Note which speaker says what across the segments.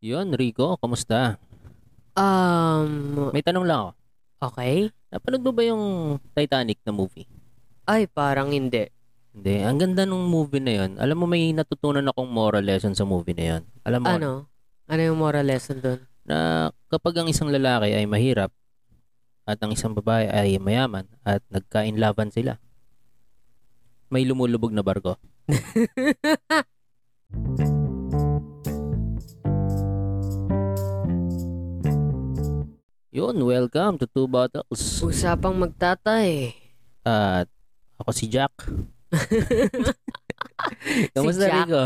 Speaker 1: Yun, Rico, kamusta?
Speaker 2: Um,
Speaker 1: May tanong lang ako.
Speaker 2: okay.
Speaker 1: Napanood mo ba yung Titanic na movie?
Speaker 2: Ay, parang hindi.
Speaker 1: Hindi. Ang ganda nung movie na yun. Alam mo, may natutunan akong moral lesson sa movie na yun. Alam mo,
Speaker 2: Ano? Ano yung moral lesson doon?
Speaker 1: na kapag ang isang lalaki ay mahirap at ang isang babae ay mayaman at nagkainlaban sila, may lumulubog na barko. Yun, welcome to Two Bottles.
Speaker 2: Usapang magtatay.
Speaker 1: At ako si Jack. Kamusta
Speaker 2: Jack.
Speaker 1: Rico?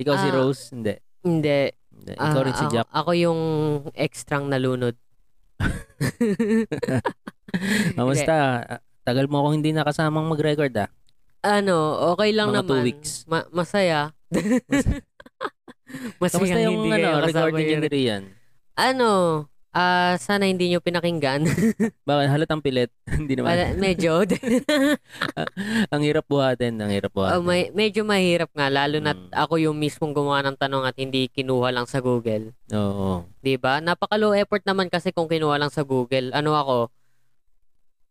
Speaker 1: Ikaw si
Speaker 2: Ah,
Speaker 1: Rose? Hindi.
Speaker 2: Hindi.
Speaker 1: Hindi. Ikaw
Speaker 2: Ah,
Speaker 1: rin si
Speaker 2: ako,
Speaker 1: Jack.
Speaker 2: Ako yung ekstrang nalunod.
Speaker 1: Kamusta? Ah, Tagal mo akong hindi nakasamang mag-record ah.
Speaker 2: Ano, okay lang
Speaker 1: Mga
Speaker 2: naman.
Speaker 1: two weeks.
Speaker 2: Ma- masaya. masaya
Speaker 1: Kamusta yung
Speaker 2: hindi kayo
Speaker 1: ano,
Speaker 2: kasama
Speaker 1: recording
Speaker 2: yun.
Speaker 1: yun Rian?
Speaker 2: Ano, ah, sana hindi nyo pinakinggan.
Speaker 1: Bakit halatang pilit? hindi naman.
Speaker 2: Wala- medyo.
Speaker 1: ang hirap buhatin, ang hirap buhatin.
Speaker 2: Oh, may, medyo mahirap nga. Lalo na
Speaker 1: Mm.
Speaker 2: ako yung mismong gumawa ng tanong at hindi kinuha lang sa Google.
Speaker 1: Oo.
Speaker 2: 'di ba? Napaka low effort naman kasi kung kinuha lang sa Google. Ano ako?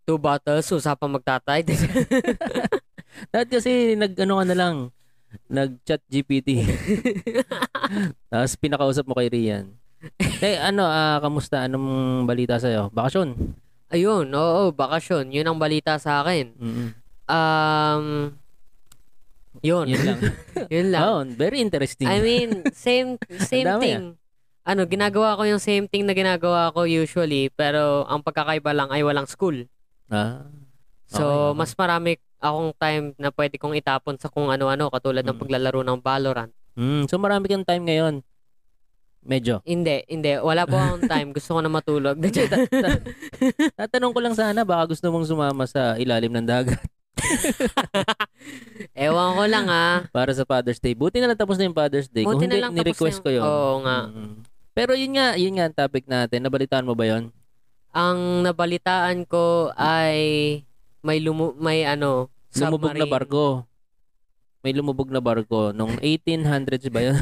Speaker 2: Two bottles, usapang magtatay.
Speaker 1: Dahil kasi nag ano ka na lang, nag-chat GPT. Tapos pinakausap mo kay Rian. Eh ano, ah, kamusta? Anong balita sa'yo? Bakasyon?
Speaker 2: Ayun, oo, bakasyon. 'Yun ang balita sa akin.
Speaker 1: Mm-mm.
Speaker 2: Um 'Yun,
Speaker 1: Yun lang.
Speaker 2: 'yun lang.
Speaker 1: Oh, very interesting.
Speaker 2: I mean, same same
Speaker 1: Ang dami, ah.
Speaker 2: thing. Ano, ginagawa ko yung same thing na ginagawa ko usually, pero ang pagkakaiba lang ay walang school.
Speaker 1: ah, Okay,
Speaker 2: So,
Speaker 1: okay.
Speaker 2: mas marami akong time na pwede kong itapon sa kung ano-ano katulad ng
Speaker 1: Mm.
Speaker 2: paglalaro ng Valorant.
Speaker 1: mm, so marami kang time ngayon. Medyo.
Speaker 2: Hindi, hindi. Wala po akong time. Gusto ko na matulog.
Speaker 1: Hindi, ta- ta- tatanong ko lang sana, baka gusto mong sumama sa ilalim ng dagat
Speaker 2: Ewan ko lang ah.
Speaker 1: para sa Father's Day. Buti na lang tapos na yung Father's Day. Kung
Speaker 2: Buti
Speaker 1: hindi,
Speaker 2: na lang tapos
Speaker 1: ni-request
Speaker 2: na
Speaker 1: ko
Speaker 2: yung-
Speaker 1: yun.
Speaker 2: Oo nga.
Speaker 1: Mm. Pero yun nga, yun nga ang topic natin. Nabalitaan mo ba yun?
Speaker 2: Ang nabalitaan ko ay may lumu may ano
Speaker 1: Lumubog na
Speaker 2: submarine.
Speaker 1: barko. May lumubog na barko. Nung 1800s ba yun?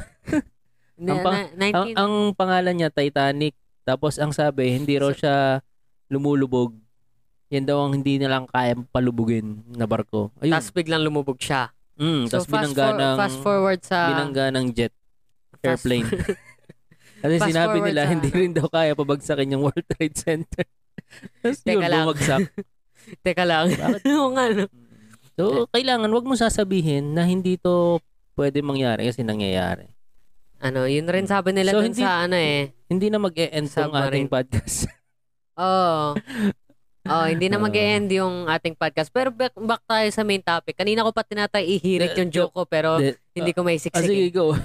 Speaker 2: Na,
Speaker 1: Ang pang-
Speaker 2: na- 19
Speaker 1: ang, ang pangalan niya, Titanic. Tapos ang sabi, hindi raw siya lumulubog. Yan daw ang hindi nilang kayang palubugin na barko. Ayun.
Speaker 2: tas biglang lumubog siya.
Speaker 1: Mm,
Speaker 2: So
Speaker 1: tas
Speaker 2: fast,
Speaker 1: binangga
Speaker 2: for-
Speaker 1: ng
Speaker 2: fast forward ah, sa
Speaker 1: binangga ng jet airplane. Kasi
Speaker 2: Fast
Speaker 1: sinabi
Speaker 2: forward
Speaker 1: nila
Speaker 2: sa
Speaker 1: hindi
Speaker 2: ano.
Speaker 1: rin daw kaya pabagsakin yung World Trade Center. Tapos
Speaker 2: Teka
Speaker 1: yun,
Speaker 2: lang.
Speaker 1: bumagsak.
Speaker 2: Teka lang.
Speaker 1: Bakit?
Speaker 2: Oo nga, no?
Speaker 1: So, kailangan wag mo sasabihin na hindi to pwede mangyari kasi nangyayari.
Speaker 2: Ano, yun rin sabi
Speaker 1: Hmm.
Speaker 2: nila
Speaker 1: So,
Speaker 2: dun
Speaker 1: hindi-
Speaker 2: sa ano eh.
Speaker 1: Hindi na mag-e-end tong
Speaker 2: Submarine.
Speaker 1: ating podcast.
Speaker 2: Oo. Oh, hindi na
Speaker 1: Oo.
Speaker 2: mag-end yung ating podcast. Pero back, back tayo sa main topic. Kanina ko pa tinatay ihirit
Speaker 1: De-
Speaker 2: yung joke ko pero
Speaker 1: de-
Speaker 2: hindi ko may
Speaker 1: Eh, Ah, sige, go.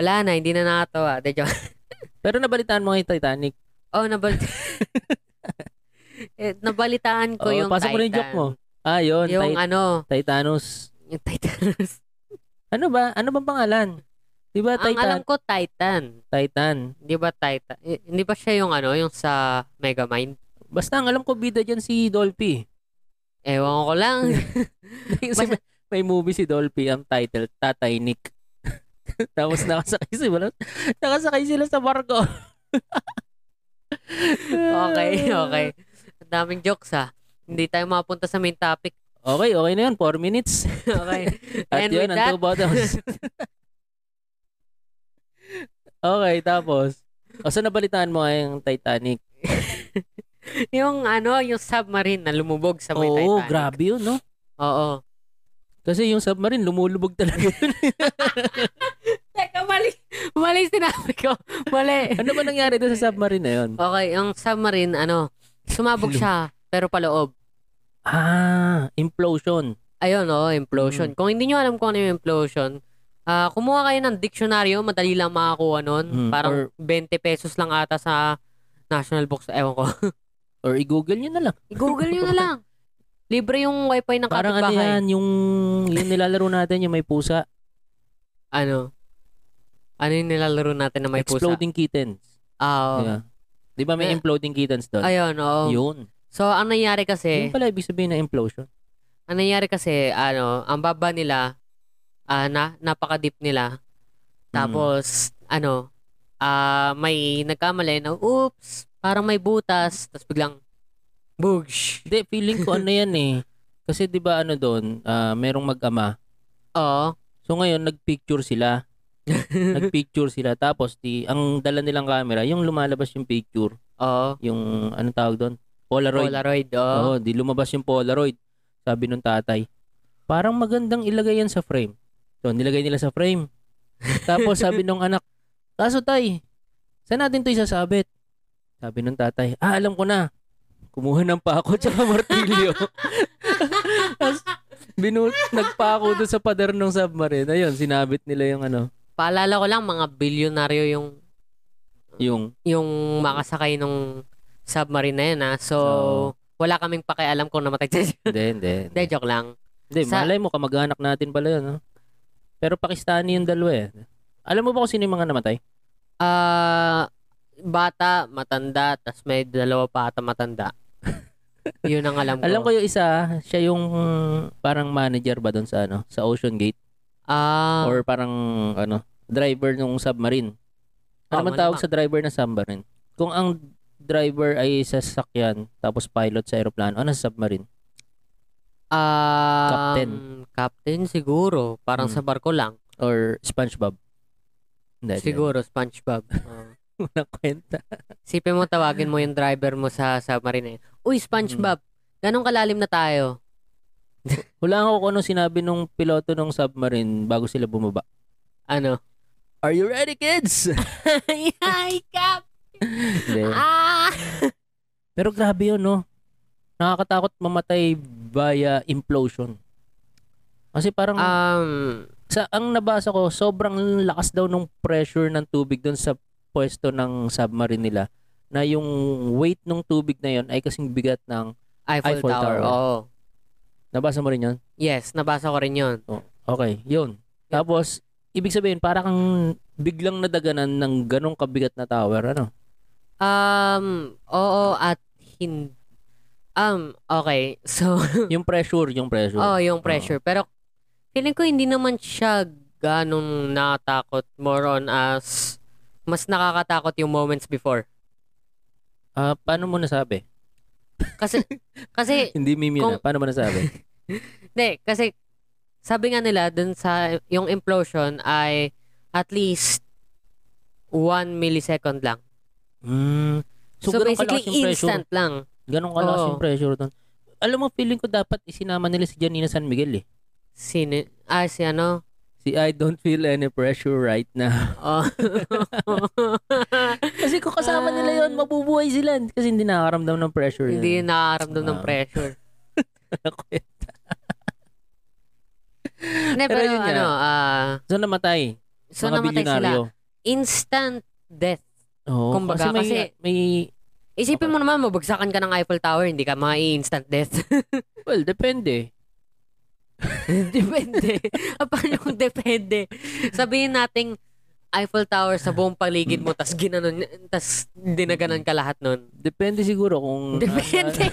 Speaker 2: Wala na, hindi na nakatawa. De, joke.
Speaker 1: Pero nabalitaan mo yung Titanic.
Speaker 2: Oh, nabal eh, nabalitaan ko
Speaker 1: Oo,
Speaker 2: yung
Speaker 1: Oh, pasok mo rin
Speaker 2: Titan.
Speaker 1: yung joke mo. Ah, yun.
Speaker 2: Yung
Speaker 1: Tit-
Speaker 2: ano,
Speaker 1: Titanus.
Speaker 2: yung Titanus.
Speaker 1: Ano ba? Ano bang pangalan? Di ba
Speaker 2: Ang alam
Speaker 1: Titan?
Speaker 2: ko Titan.
Speaker 1: Titan.
Speaker 2: Hindi ba Titan? Eh, Hindi ba siya yung ano, yung sa Megamind?
Speaker 1: Basta ang alam ko bida dyan si Dolphy.
Speaker 2: Ewan ko lang.
Speaker 1: Kasi
Speaker 2: Basta-
Speaker 1: may, may movie si Dolphy ang title Tatay Nick. Tapos nakasakay sila, nakasakay sila sa barko.
Speaker 2: okay, okay. Ang daming jokes ha. Hindi tayo mapunta sa main topic.
Speaker 1: Okay, okay na yun. 4 minutes.
Speaker 2: Okay.
Speaker 1: At
Speaker 2: And
Speaker 1: yun,
Speaker 2: with
Speaker 1: ang
Speaker 2: that-
Speaker 1: two bottles. okay, tapos. O, so nabalitaan mo nga yung Titanic.
Speaker 2: yung ano, yung submarine na lumubog sa may Titanic.
Speaker 1: Oo, grabe yun, no?
Speaker 2: Oo.
Speaker 1: Kasi yung submarine, lumulubog talaga yun.
Speaker 2: Teka, mali. Mali sinabi ko. Mali.
Speaker 1: ano ba nangyari doon sa submarine na yun?
Speaker 2: Okay, yung submarine, ano, sumabog siya, pero paloob.
Speaker 1: Ah, implosion.
Speaker 2: Ayun, oh,
Speaker 1: Mm.
Speaker 2: implosion. Kung hindi nyo alam kung ano yung implosion, ah, kumuha kayo ng diksyonaryo, madali lang makakuha nun.
Speaker 1: Mm,
Speaker 2: Parang
Speaker 1: or-
Speaker 2: 20 pesos lang ata sa National Books. Ewan ko.
Speaker 1: Or i-google nyo na lang.
Speaker 2: I-google nyo na lang. Libre yung wifi ng
Speaker 1: Parang ano
Speaker 2: kapitbahay.
Speaker 1: yan, yung, yung nilalaro natin, yung may pusa.
Speaker 2: Ano? Ano yung nilalaro natin na may pusa?
Speaker 1: Exploding Diba? kittens.
Speaker 2: Ah, oo.
Speaker 1: Di ba? Di ba may
Speaker 2: Eh,
Speaker 1: imploding kittens doon?
Speaker 2: Ayun, oo.
Speaker 1: Yun.
Speaker 2: So, ang nangyari
Speaker 1: Yun
Speaker 2: kasi,
Speaker 1: pala ibig sabihin na implosion.
Speaker 2: ang nangyari kasi, ano, ang baba
Speaker 1: Mm.
Speaker 2: nila, ah, na, napaka-deep nila. Tapos, ano, ah, may nagkamali na, oops, parang may butas. Tapos biglang, boogsh.
Speaker 1: Hindi, feeling ko ano yan eh. Kasi di ba ano doon, ah, merong mag-ama.
Speaker 2: Oo.
Speaker 1: So ngayon, nagpicture sila.
Speaker 2: Mm-hmm.
Speaker 1: nagpicture sila. Tapos, di, ang dala nilang camera, yung lumalabas yung picture,
Speaker 2: Oo.
Speaker 1: yung anong tawag doon? Polaroid.
Speaker 2: Polaroid. Oo.
Speaker 1: Oo, di lumabas yung Polaroid. Sabi nung tatay, parang magandang ilagay yan sa frame. So, nilagay nila sa frame. Tapos sabi nung anak, kaso tay, saan natin to isasabit? Sabi nung tatay, ah, alam ko na. Kumuha ng pako tsaka martilyo. Tapos, binu- nagpako doon sa pader ng submarine. Ayun, sinabit nila yung ano,
Speaker 2: Paalala ko lang, mga bilyonaryo yung
Speaker 1: yung,
Speaker 2: yung makasakay nung submarine na yun, ah. So,
Speaker 1: Oo.
Speaker 2: wala kaming pakialam kung namatay siya.
Speaker 1: hindi, hindi.
Speaker 2: Hindi, joke lang.
Speaker 1: Hindi,
Speaker 2: Sa-
Speaker 1: malay mo, kamag-anak natin pala yun. No? Pero Pakistani yung dalawa eh. Alam mo ba kung sino yung mga namatay?
Speaker 2: Ah, bata, matanda, tas may dalawa pa ata matanda. Yun ang alam ko.
Speaker 1: Alam ko yung isa, siya yung mm, parang manager ba doon sa ano, sa Ocean Gate
Speaker 2: Ah,
Speaker 1: or parang ano, driver ng submarine.
Speaker 2: Ah,
Speaker 1: Ano man tawag sa driver ng submarine? Kung ang driver ay sa sasakyan tapos pilot sa aeroplano, ano sa submarine?
Speaker 2: ah,
Speaker 1: Captain.
Speaker 2: Captain siguro. Parang
Speaker 1: Hmm.
Speaker 2: sa barko lang.
Speaker 1: Or SpongeBob? Hindi, hindi.
Speaker 2: Siguro, SpongeBob. Oo.
Speaker 1: Walang kwenta.
Speaker 2: Isipin mo, tawagin mo yung driver mo sa submarine na yun. Uy, SpongeBob,
Speaker 1: Hmm.
Speaker 2: ganong kalalim na tayo.
Speaker 1: Wala ako kung ano sinabi nung piloto ng submarine bago sila bumaba.
Speaker 2: Ano?
Speaker 1: Are you ready, kids?
Speaker 2: Ay, Cap!
Speaker 1: Hindi.
Speaker 2: Ah!
Speaker 1: Pero grabe yun, no? Nakakatakot mamatay via implosion. Kasi parang
Speaker 2: Um,
Speaker 1: sa ang nabasa ko, sobrang lakas daw ng pressure ng tubig doon sa pwesto ng submarine nila na yung weight ng tubig na yon ay kasing bigat ng
Speaker 2: Eiffel,
Speaker 1: Eiffel
Speaker 2: Tower.
Speaker 1: Tower.
Speaker 2: Oo.
Speaker 1: nabasa mo rin yon
Speaker 2: Yes, nabasa ko rin yun.
Speaker 1: okay yun tapos ibig sabihin para kang biglang nadaganan ng ganong kabigat na tower ano
Speaker 2: Um, oo at hin Um, okay. So,
Speaker 1: yung pressure yung pressure
Speaker 2: oh, yung pressure. Pero, feeling ko hindi naman siya ganun nakatakot. More on as, mas nakakatakot yung moments before.
Speaker 1: Ah, paano mo nasabi
Speaker 2: Kasi, kasi,
Speaker 1: hindi meme yun
Speaker 2: Kung-
Speaker 1: ah. paano mo nasabi
Speaker 2: hindi, kasi, sabi nga nila, dun sa, yung implosion ay, at least, one millisecond lang.
Speaker 1: mm,
Speaker 2: So,
Speaker 1: ganun
Speaker 2: basically,
Speaker 1: kalakas yung pressure.
Speaker 2: instant Oh. lang.
Speaker 1: ganun kalakas
Speaker 2: Oo.
Speaker 1: yung pressure doon alam mo feeling ko dapat isinama nila si Janina San Miguel eh
Speaker 2: Sino, ah, si ano?
Speaker 1: si I don't feel any pressure right now.
Speaker 2: Oh.
Speaker 1: Kasi kung kasama nila yon mabubuhay sila. Kasi hindi nakakaramdam ng pressure Ah. yun.
Speaker 2: Hindi nakaramdam ng
Speaker 1: Ah.
Speaker 2: pressure. Hindi,
Speaker 1: Pero
Speaker 2: pero,
Speaker 1: yun nga.
Speaker 2: ano, ah,
Speaker 1: so namatay.
Speaker 2: so
Speaker 1: mga
Speaker 2: namatay sila.
Speaker 1: bilyonaryo.
Speaker 2: Instant death.
Speaker 1: Oo, kasi
Speaker 2: Kumbaga,
Speaker 1: may,
Speaker 2: kasi-
Speaker 1: may,
Speaker 2: Isipin mo naman, mabagsakan ka ng Eiffel Tower, hindi ka mai-instant death.
Speaker 1: well, depende.
Speaker 2: depende. Ah, Paano kung depende? Sabihin nating Eiffel Tower sa buong paligid mo, tas ginanon, tas dinaganan ka lahat nun.
Speaker 1: Depende siguro kung...
Speaker 2: Depende.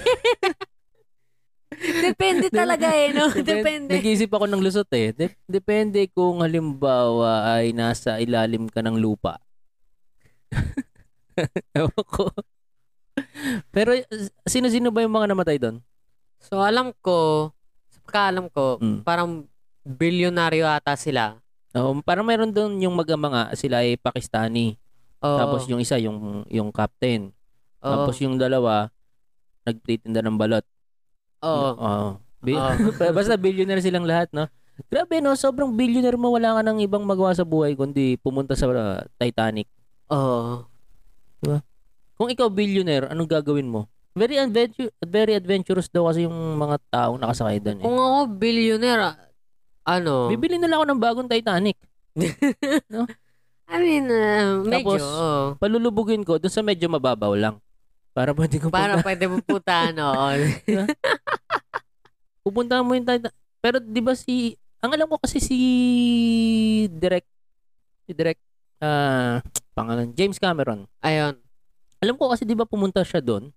Speaker 2: depende talaga eh, no? Depende.
Speaker 1: Nag-iisip ako ng lusot eh. Dep- depende kung halimbawa ay nasa ilalim ka ng lupa. Ewan ko. Pero s- sino-sino ba yung mga namatay doon?
Speaker 2: So, alam ko, sa pagkaalam ko,
Speaker 1: Mm.
Speaker 2: parang bilyonaryo ata sila.
Speaker 1: Um, parang meron doon yung mag-ama nga, sila ay Pakistani.
Speaker 2: Oo.
Speaker 1: Tapos yung isa, yung yung captain.
Speaker 2: Oo.
Speaker 1: Tapos yung dalawa, nagtitinda ng balot.
Speaker 2: Oo.
Speaker 1: Oo. Bi-
Speaker 2: Oo.
Speaker 1: Basta billionaire silang lahat, no? Grabe, no? Sobrang billionaire mo. Wala ka ng ibang magawa sa buhay kundi pumunta sa uh, Titanic.
Speaker 2: Oo.
Speaker 1: Kung ikaw billionaire, anong gagawin mo? Very adventure, very adventurous daw kasi yung mga taong nakasakay doon. Eh.
Speaker 2: Kung ako billionaire, ah, ano?
Speaker 1: Bibili na lang ako ng bagong Titanic.
Speaker 2: I mean, uh, medyo.
Speaker 1: Tapos,
Speaker 2: oo.
Speaker 1: Palulubugin ko doon sa medyo mababaw lang. Para pwede kong
Speaker 2: para pwede mo putaan, oo.
Speaker 1: pupuntahan mo yung Titan- Pero 'di ba si ang alam ko kasi si Direk si Direk ah pangalan James Cameron.
Speaker 2: Ayun.
Speaker 1: Alam ko kasi 'di ba pumunta siya doon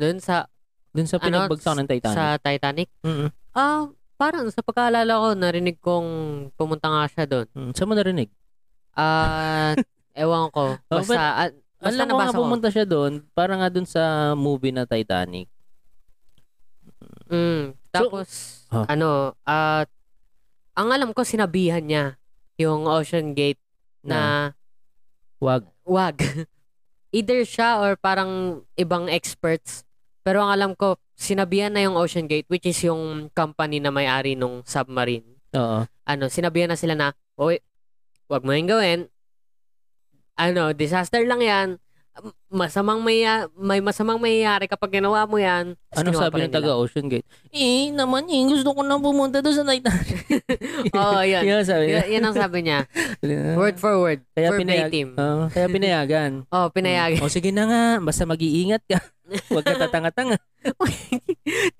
Speaker 2: Doon sa,
Speaker 1: doon sa
Speaker 2: Ano?
Speaker 1: pinagbagsak ng Titanic.
Speaker 2: sa Titanic.
Speaker 1: Mm,
Speaker 2: Ah, parang sa pagkaalala ko, narinig kong pumunta nga siya doon.
Speaker 1: mm. Saan mo narinig?
Speaker 2: At Ewan ko.
Speaker 1: Oh,
Speaker 2: Basta, ah, basta
Speaker 1: Alam ko nga
Speaker 2: nabasa ko.
Speaker 1: pumunta siya doon, para nga doon sa movie na Titanic.
Speaker 2: Mm. Tapos,
Speaker 1: Huh?
Speaker 2: ano, at ang alam ko, sinabihan niya yung Ocean Gate na
Speaker 1: wag.
Speaker 2: wag. Either siya or parang ibang experts. Pero ang alam ko, sinabihan na yung Ocean Gate, which is yung company na may-ari nung submarine.
Speaker 1: Oo.
Speaker 2: ano, sinabihan na sila na, oy, wag mo yung gawin. Ano, disaster lang yan. M- Masamang may, may masamang mayayari kapag ginawa mo yan. Tapos
Speaker 1: Anong
Speaker 2: ginawa
Speaker 1: sabi
Speaker 2: pala
Speaker 1: ng
Speaker 2: nila.
Speaker 1: taga Ocean Gate? Eh, naman eh, gusto ko na pumunta doon sa Titanic.
Speaker 2: Oo, yan.
Speaker 1: Yan ang sabi niya.
Speaker 2: Y- yan ang sabi niya. Word for word.
Speaker 1: Kaya
Speaker 2: for
Speaker 1: pinayag- uh,
Speaker 2: team.
Speaker 1: Oo, kaya pinayagan.
Speaker 2: Oh, pinayagan.
Speaker 1: Mm. O sige na nga, basta mag-iingat ka. Huwag ka tatanga-tanga.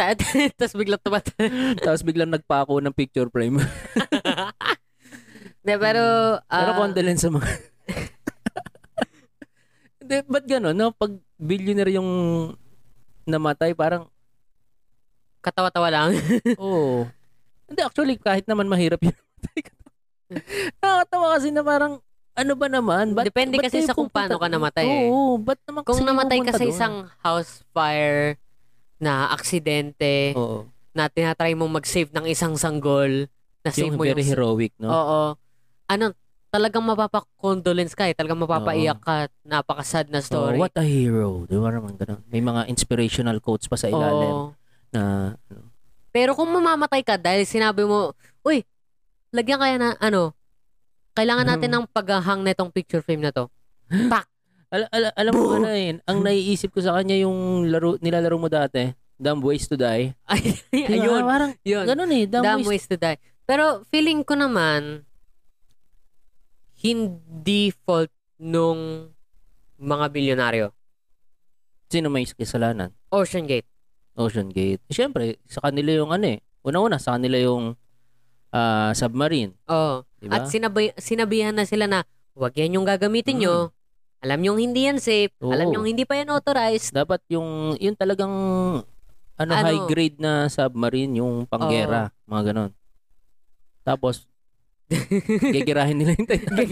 Speaker 2: Ta- ta- Tapos bigla tumat.
Speaker 1: Tapos biglang nagpako ng picture frame.
Speaker 2: De, pero,
Speaker 1: Pero
Speaker 2: ah,
Speaker 1: condolence sa mga... Hindi, ba't gano'n, no? Pag billionaire yung namatay, parang,
Speaker 2: katawa-tawa lang.
Speaker 1: oo. Oh. Hindi, actually, kahit naman mahirap yun. Nakakatawa kasi na parang, ano ba naman? Ba't,
Speaker 2: Depende
Speaker 1: ba't
Speaker 2: kasi
Speaker 1: kayo
Speaker 2: sa kung
Speaker 1: pupunta
Speaker 2: paano ka
Speaker 1: doon?
Speaker 2: namatay, eh.
Speaker 1: Oo, ba't naman kasi
Speaker 2: Kung
Speaker 1: kayo
Speaker 2: namatay ka
Speaker 1: pupunta
Speaker 2: sa
Speaker 1: doon?
Speaker 2: isang house fire na aksidente,
Speaker 1: Oo.
Speaker 2: na tinatry mong mag-save ng isang sanggol, na-save
Speaker 1: Yung
Speaker 2: mo yung...
Speaker 1: very heroic, no?
Speaker 2: Oo. Ano, talagang mapapa-condolence ka eh. Talagang mapapaiyak ka. Napaka-sad na story.
Speaker 1: Oh, what a hero. Di ba naman ganun? May mga inspirational quotes pa sa
Speaker 2: Oo.
Speaker 1: ilalim na
Speaker 2: Pero kung mamamatay ka dahil sinabi mo, uy, lagyan kaya na, ano, kailangan natin
Speaker 1: Mm.
Speaker 2: ng paghahang na itong picture frame na to.
Speaker 1: Al- al- alam mo ano eh, ang naiisip ko sa kanya yung laro nilalaro mo dati, Dumb Ways to Die.
Speaker 2: Ay,
Speaker 1: Di ba?
Speaker 2: ayun.
Speaker 1: Parang
Speaker 2: Yun.
Speaker 1: ganun eh, Dumb,
Speaker 2: Dumb
Speaker 1: Ways.
Speaker 2: ways to die. Pero feeling ko naman, hindi fault nung mga bilyonaryo.
Speaker 1: Sino may kasalanan?
Speaker 2: Ocean Gate.
Speaker 1: Ocean Gate. Siyempre, sa kanila yung ano eh. Una-una, sa kanila yung ah, submarine.
Speaker 2: Oo.
Speaker 1: Di ba? Mm.
Speaker 2: At sinabi, sinabihan na sila na, huwag yan yung gagamitin nyo. Alam nyo hindi yan safe. Alam
Speaker 1: Oo.
Speaker 2: nyo hindi pa yan authorized.
Speaker 1: Dapat yung, yung talagang ano,
Speaker 2: Ano?
Speaker 1: high grade na submarine, yung panggera, mga ganun. Tapos, gigirahin nila yung Titanic.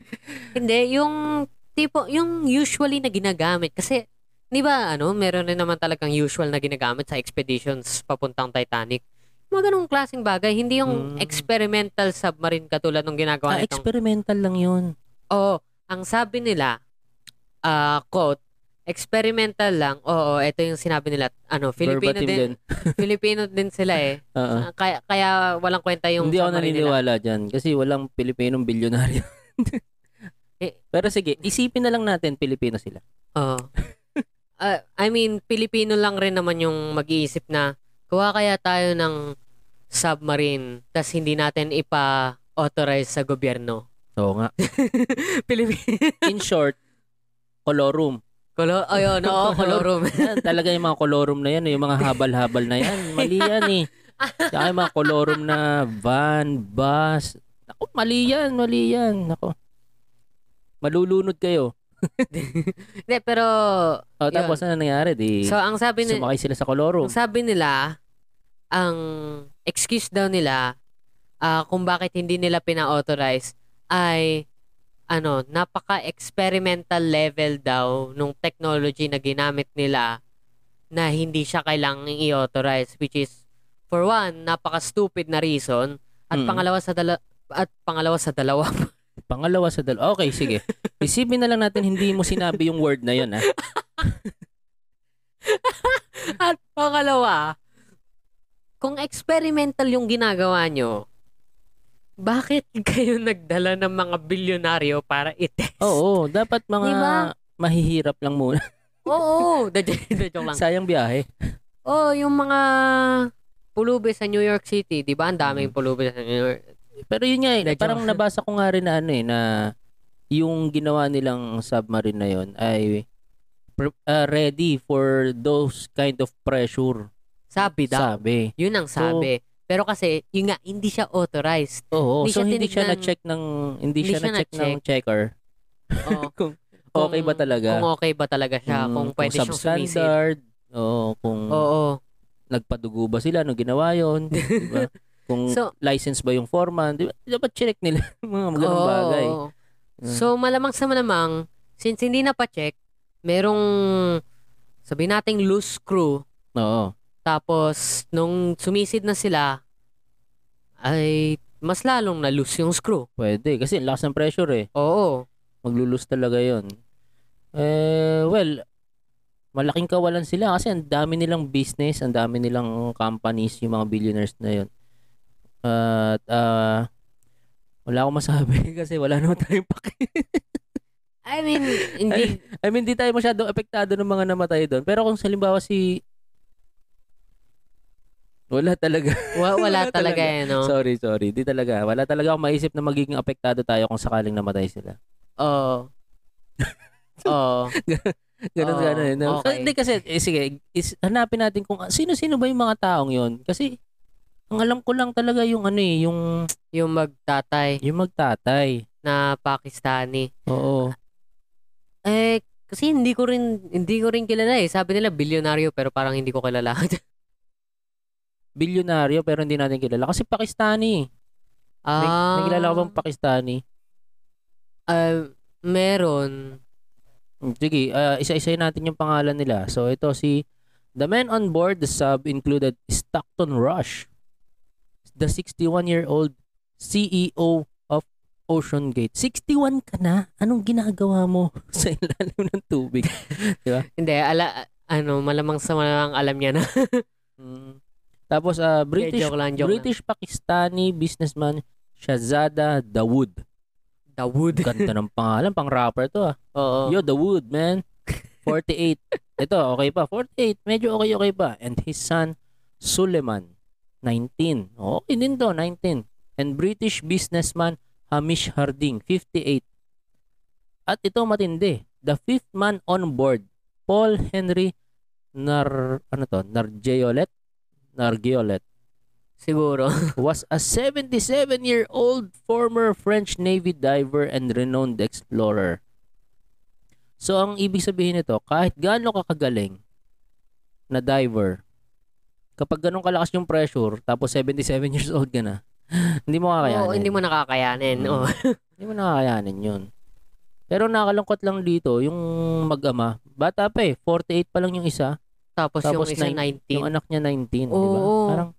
Speaker 2: hindi, yung tipo, yung usually na ginagamit. Kasi, di ba, ano, meron rin naman talagang usual na ginagamit sa expeditions papuntang Titanic. Mga ganong klaseng bagay. Hindi yung
Speaker 1: Mm.
Speaker 2: experimental submarine katulad ng ginagawa
Speaker 1: Ah,
Speaker 2: nitong
Speaker 1: experimental lang yun.
Speaker 2: Oo. Ang sabi nila, ah, quote, experimental lang. Oo, ito yung sinabi nila. Ano, Filipino
Speaker 1: Verbatim
Speaker 2: din. Filipino din sila eh.
Speaker 1: Oo.
Speaker 2: Ah, Kaya, kaya walang kwenta yung
Speaker 1: Hindi ako
Speaker 2: summary nila.
Speaker 1: naniniwala dyan kasi walang Pilipinong bilyonaryo.
Speaker 2: Eh.
Speaker 1: Pero sige, isipin na lang natin Pilipino sila.
Speaker 2: Oo. Ah, I mean, Pilipino lang rin naman yung mag-iisip na kuha kaya tayo ng submarine tas hindi natin ipa-authorize sa gobyerno.
Speaker 1: Oo nga.
Speaker 2: Pilipino.
Speaker 1: In short, colorum.
Speaker 2: Kolo, ayun, oo, kolorum.
Speaker 1: Yan, talaga yung mga colorum na yan, eh. yung mga habal-habal na yan. Mali yan eh. Saka yung mga colorum na van, bus. Ako, mali yan, mali yan. Ako. Malulunod kayo.
Speaker 2: Hindi, pero,
Speaker 1: O, tapos ano nangyari? Di,
Speaker 2: so ang sabi ni,
Speaker 1: sumakay sila sa colorum.
Speaker 2: Ang sabi nila, ang excuse daw nila ah, kung bakit hindi nila pina-authorize ay ano, napaka-experimental level daw nung technology na ginamit nila na hindi siya kailangang i-authorize which is for one, napaka-stupid na reason
Speaker 1: Mm.
Speaker 2: at pangalawa sa dala- at pangalawa sa dalawa.
Speaker 1: Pangalawa sa dalawa. Okay, sige. Isipin na lang natin hindi mo sinabi yung word na yun, ah. ha?
Speaker 2: at pangalawa, kung experimental yung ginagawa nyo, bakit kayo nagdala ng mga bilyonaryo para itest?
Speaker 1: Oo, dapat mga
Speaker 2: Diba?
Speaker 1: mahihirap lang muna.
Speaker 2: Oo, the, the joke lang.
Speaker 1: Sayang biyahe.
Speaker 2: Oo, yung mga pulubi sa New York City, di ba? Ang
Speaker 1: Mm.
Speaker 2: daming pulubi sa New York.
Speaker 1: Pero yun nga, eh,
Speaker 2: Medyo-
Speaker 1: parang nabasa ko nga rin na ano eh, na yung ginawa nilang submarine na yun ay pre- ah, ready for those kind of pressure.
Speaker 2: Sabi daw.
Speaker 1: Sabi.
Speaker 2: Yun ang
Speaker 1: So-
Speaker 2: sabi. Pero kasi, yun nga, hindi siya authorized.
Speaker 1: Oo,
Speaker 2: Hindi
Speaker 1: so
Speaker 2: siya
Speaker 1: hindi siya
Speaker 2: tinignan-
Speaker 1: na-check ng hindi,
Speaker 2: hindi
Speaker 1: siya,
Speaker 2: siya
Speaker 1: na-check ng
Speaker 2: na-check.
Speaker 1: checker.
Speaker 2: Oo.
Speaker 1: Kung
Speaker 2: Kung-
Speaker 1: okay ba talaga?
Speaker 2: Kung okay ba talaga siya,
Speaker 1: Mm,
Speaker 2: kung pwede siyang sumisid.
Speaker 1: substandard, Oo, kung
Speaker 2: Oo.
Speaker 1: nagpadugo ba sila nung ginawa yun, di ba? Kung
Speaker 2: So,
Speaker 1: license ba yung foreman, di ba? Dapat check nila mga ganung bagay. Mm.
Speaker 2: oo. So, malamang sa malamang, since hindi na pa-check, merong, sabi nating loose screw,
Speaker 1: Oo.
Speaker 2: tapos nung sumisid na sila, ay mas lalong na-loose yung screw.
Speaker 1: Pwede. Kasi ang lakas ng pressure eh.
Speaker 2: Oo.
Speaker 1: Maglulus talaga yon. Eh, well, malaking kawalan sila kasi ang dami nilang business, ang dami nilang companies, yung mga billionaires na yon. At, ah, wala akong masabi kasi wala naman tayong paki.
Speaker 2: I mean, hindi,
Speaker 1: I mean, di tayo masyadong apektado ng mga namatay doon. Pero kung halimbawa si... Wala talaga. Wala
Speaker 2: wa- wala
Speaker 1: talaga.
Speaker 2: talaga eh, no?
Speaker 1: sorry, sorry. Di talaga. Wala talaga akong maisip na magiging apektado tayo kung sakaling namatay sila.
Speaker 2: Oo. Oo.
Speaker 1: Ganun
Speaker 2: Oo,
Speaker 1: ganun. eh, no?
Speaker 2: okay.
Speaker 1: Hindi kasi, eh, sige, is, hanapin natin kung sino-sino ba yung mga taong yon Kasi, ang alam ko lang talaga yung ano eh, yung,
Speaker 2: Yung magtatay
Speaker 1: yung magtatay.
Speaker 2: na Pakistani.
Speaker 1: Oo.
Speaker 2: Eh, kasi hindi ko rin, hindi ko rin kilala eh. Sabi nila, bilyonaryo, pero parang hindi ko kilala.
Speaker 1: Bilyonaryo pero hindi natin kilala. Kasi Pakistani. eh.
Speaker 2: ah,
Speaker 1: Uh, Nagkilala ko bang Pakistani?
Speaker 2: ah, meron.
Speaker 1: Mm, Sige, ah, isa-isahin natin yung pangalan nila. So ito si The men on board the sub included Stockton Rush, the 61-year-old CEO of Ocean Gate. 61 ka na? Anong ginagawa mo sa ilalim ng tubig?
Speaker 2: Hindi, ala, ano, malamang sa malamang alam niya na.
Speaker 1: Mm. Tapos ah,
Speaker 2: Hindi,
Speaker 1: British
Speaker 2: joke lang, joke lang.
Speaker 1: British Pakistani businessman Shahzada Dawood.
Speaker 2: Dawood.
Speaker 1: Ganda ng pangalan, pang rapper to ah.
Speaker 2: Oo.
Speaker 1: Yo, the wood, man. 48. Ito, okay pa. 48. Medyo okay-okay pa. And his son, Suleiman. 19. Okay din to, 19. And British businessman, Hamish Harding. 58. At ito matindi. The fifth man on board, Paul Henry Nar... Ano to? Nargeolet? Nargeolet
Speaker 2: Siguro.
Speaker 1: was a 77-year-old former French Navy diver and renowned explorer. So ang ibig sabihin nito, kahit gaano ka kagaling na diver, kapag ganun kalakas yung pressure, tapos 77 years old ka na, hindi mo kakayanin.
Speaker 2: Oo, hindi mo nakakayanin.
Speaker 1: Mm.
Speaker 2: Oo.
Speaker 1: Hindi mo nakakayanin yun. Pero nakalangkot lang dito, yung mag-ama, bata pa eh, 48 pa lang yung isa,
Speaker 2: Tapos,
Speaker 1: Tapos
Speaker 2: yung isa
Speaker 1: nine- yung
Speaker 2: 19.
Speaker 1: anak niya 19, di ba?
Speaker 2: Oo.
Speaker 1: Parang,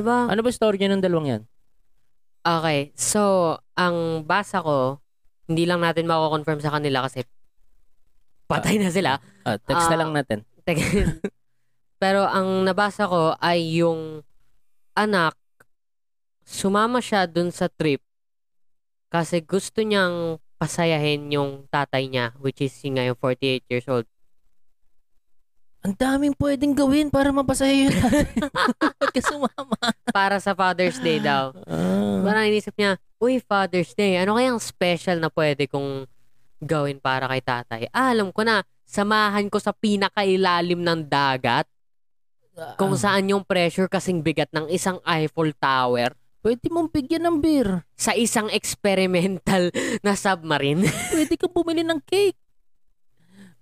Speaker 2: Diba?
Speaker 1: ano ba story niya ng dalawang yan?
Speaker 2: Okay. So, ang basa ko, hindi lang natin mako-confirm sa kanila kasi patay na sila.
Speaker 1: Ah, text na
Speaker 2: Ah,
Speaker 1: lang natin.
Speaker 2: Teka. Pero ang nabasa ko ay yung anak, sumama siya dun sa trip kasi gusto niyang pasayahin yung tatay niya, which is yun nga yung 48 years old.
Speaker 1: ang daming pwedeng gawin para mapasaya yun natin. Ba't ka sumama?
Speaker 2: Para sa Father's Day daw.
Speaker 1: Ah.
Speaker 2: Parang inisip niya, Uy, Father's Day, ano kayang special na pwede kong gawin para kay tatay? Ah, alam ko na, samahan ko sa pinakailalim ng dagat kung
Speaker 1: Ah.
Speaker 2: saan yung pressure kasing bigat ng isang Eiffel Tower.
Speaker 1: Pwede mong bigyan ng beer.
Speaker 2: sa isang experimental na submarine.
Speaker 1: Pwede kang bumili ng cake.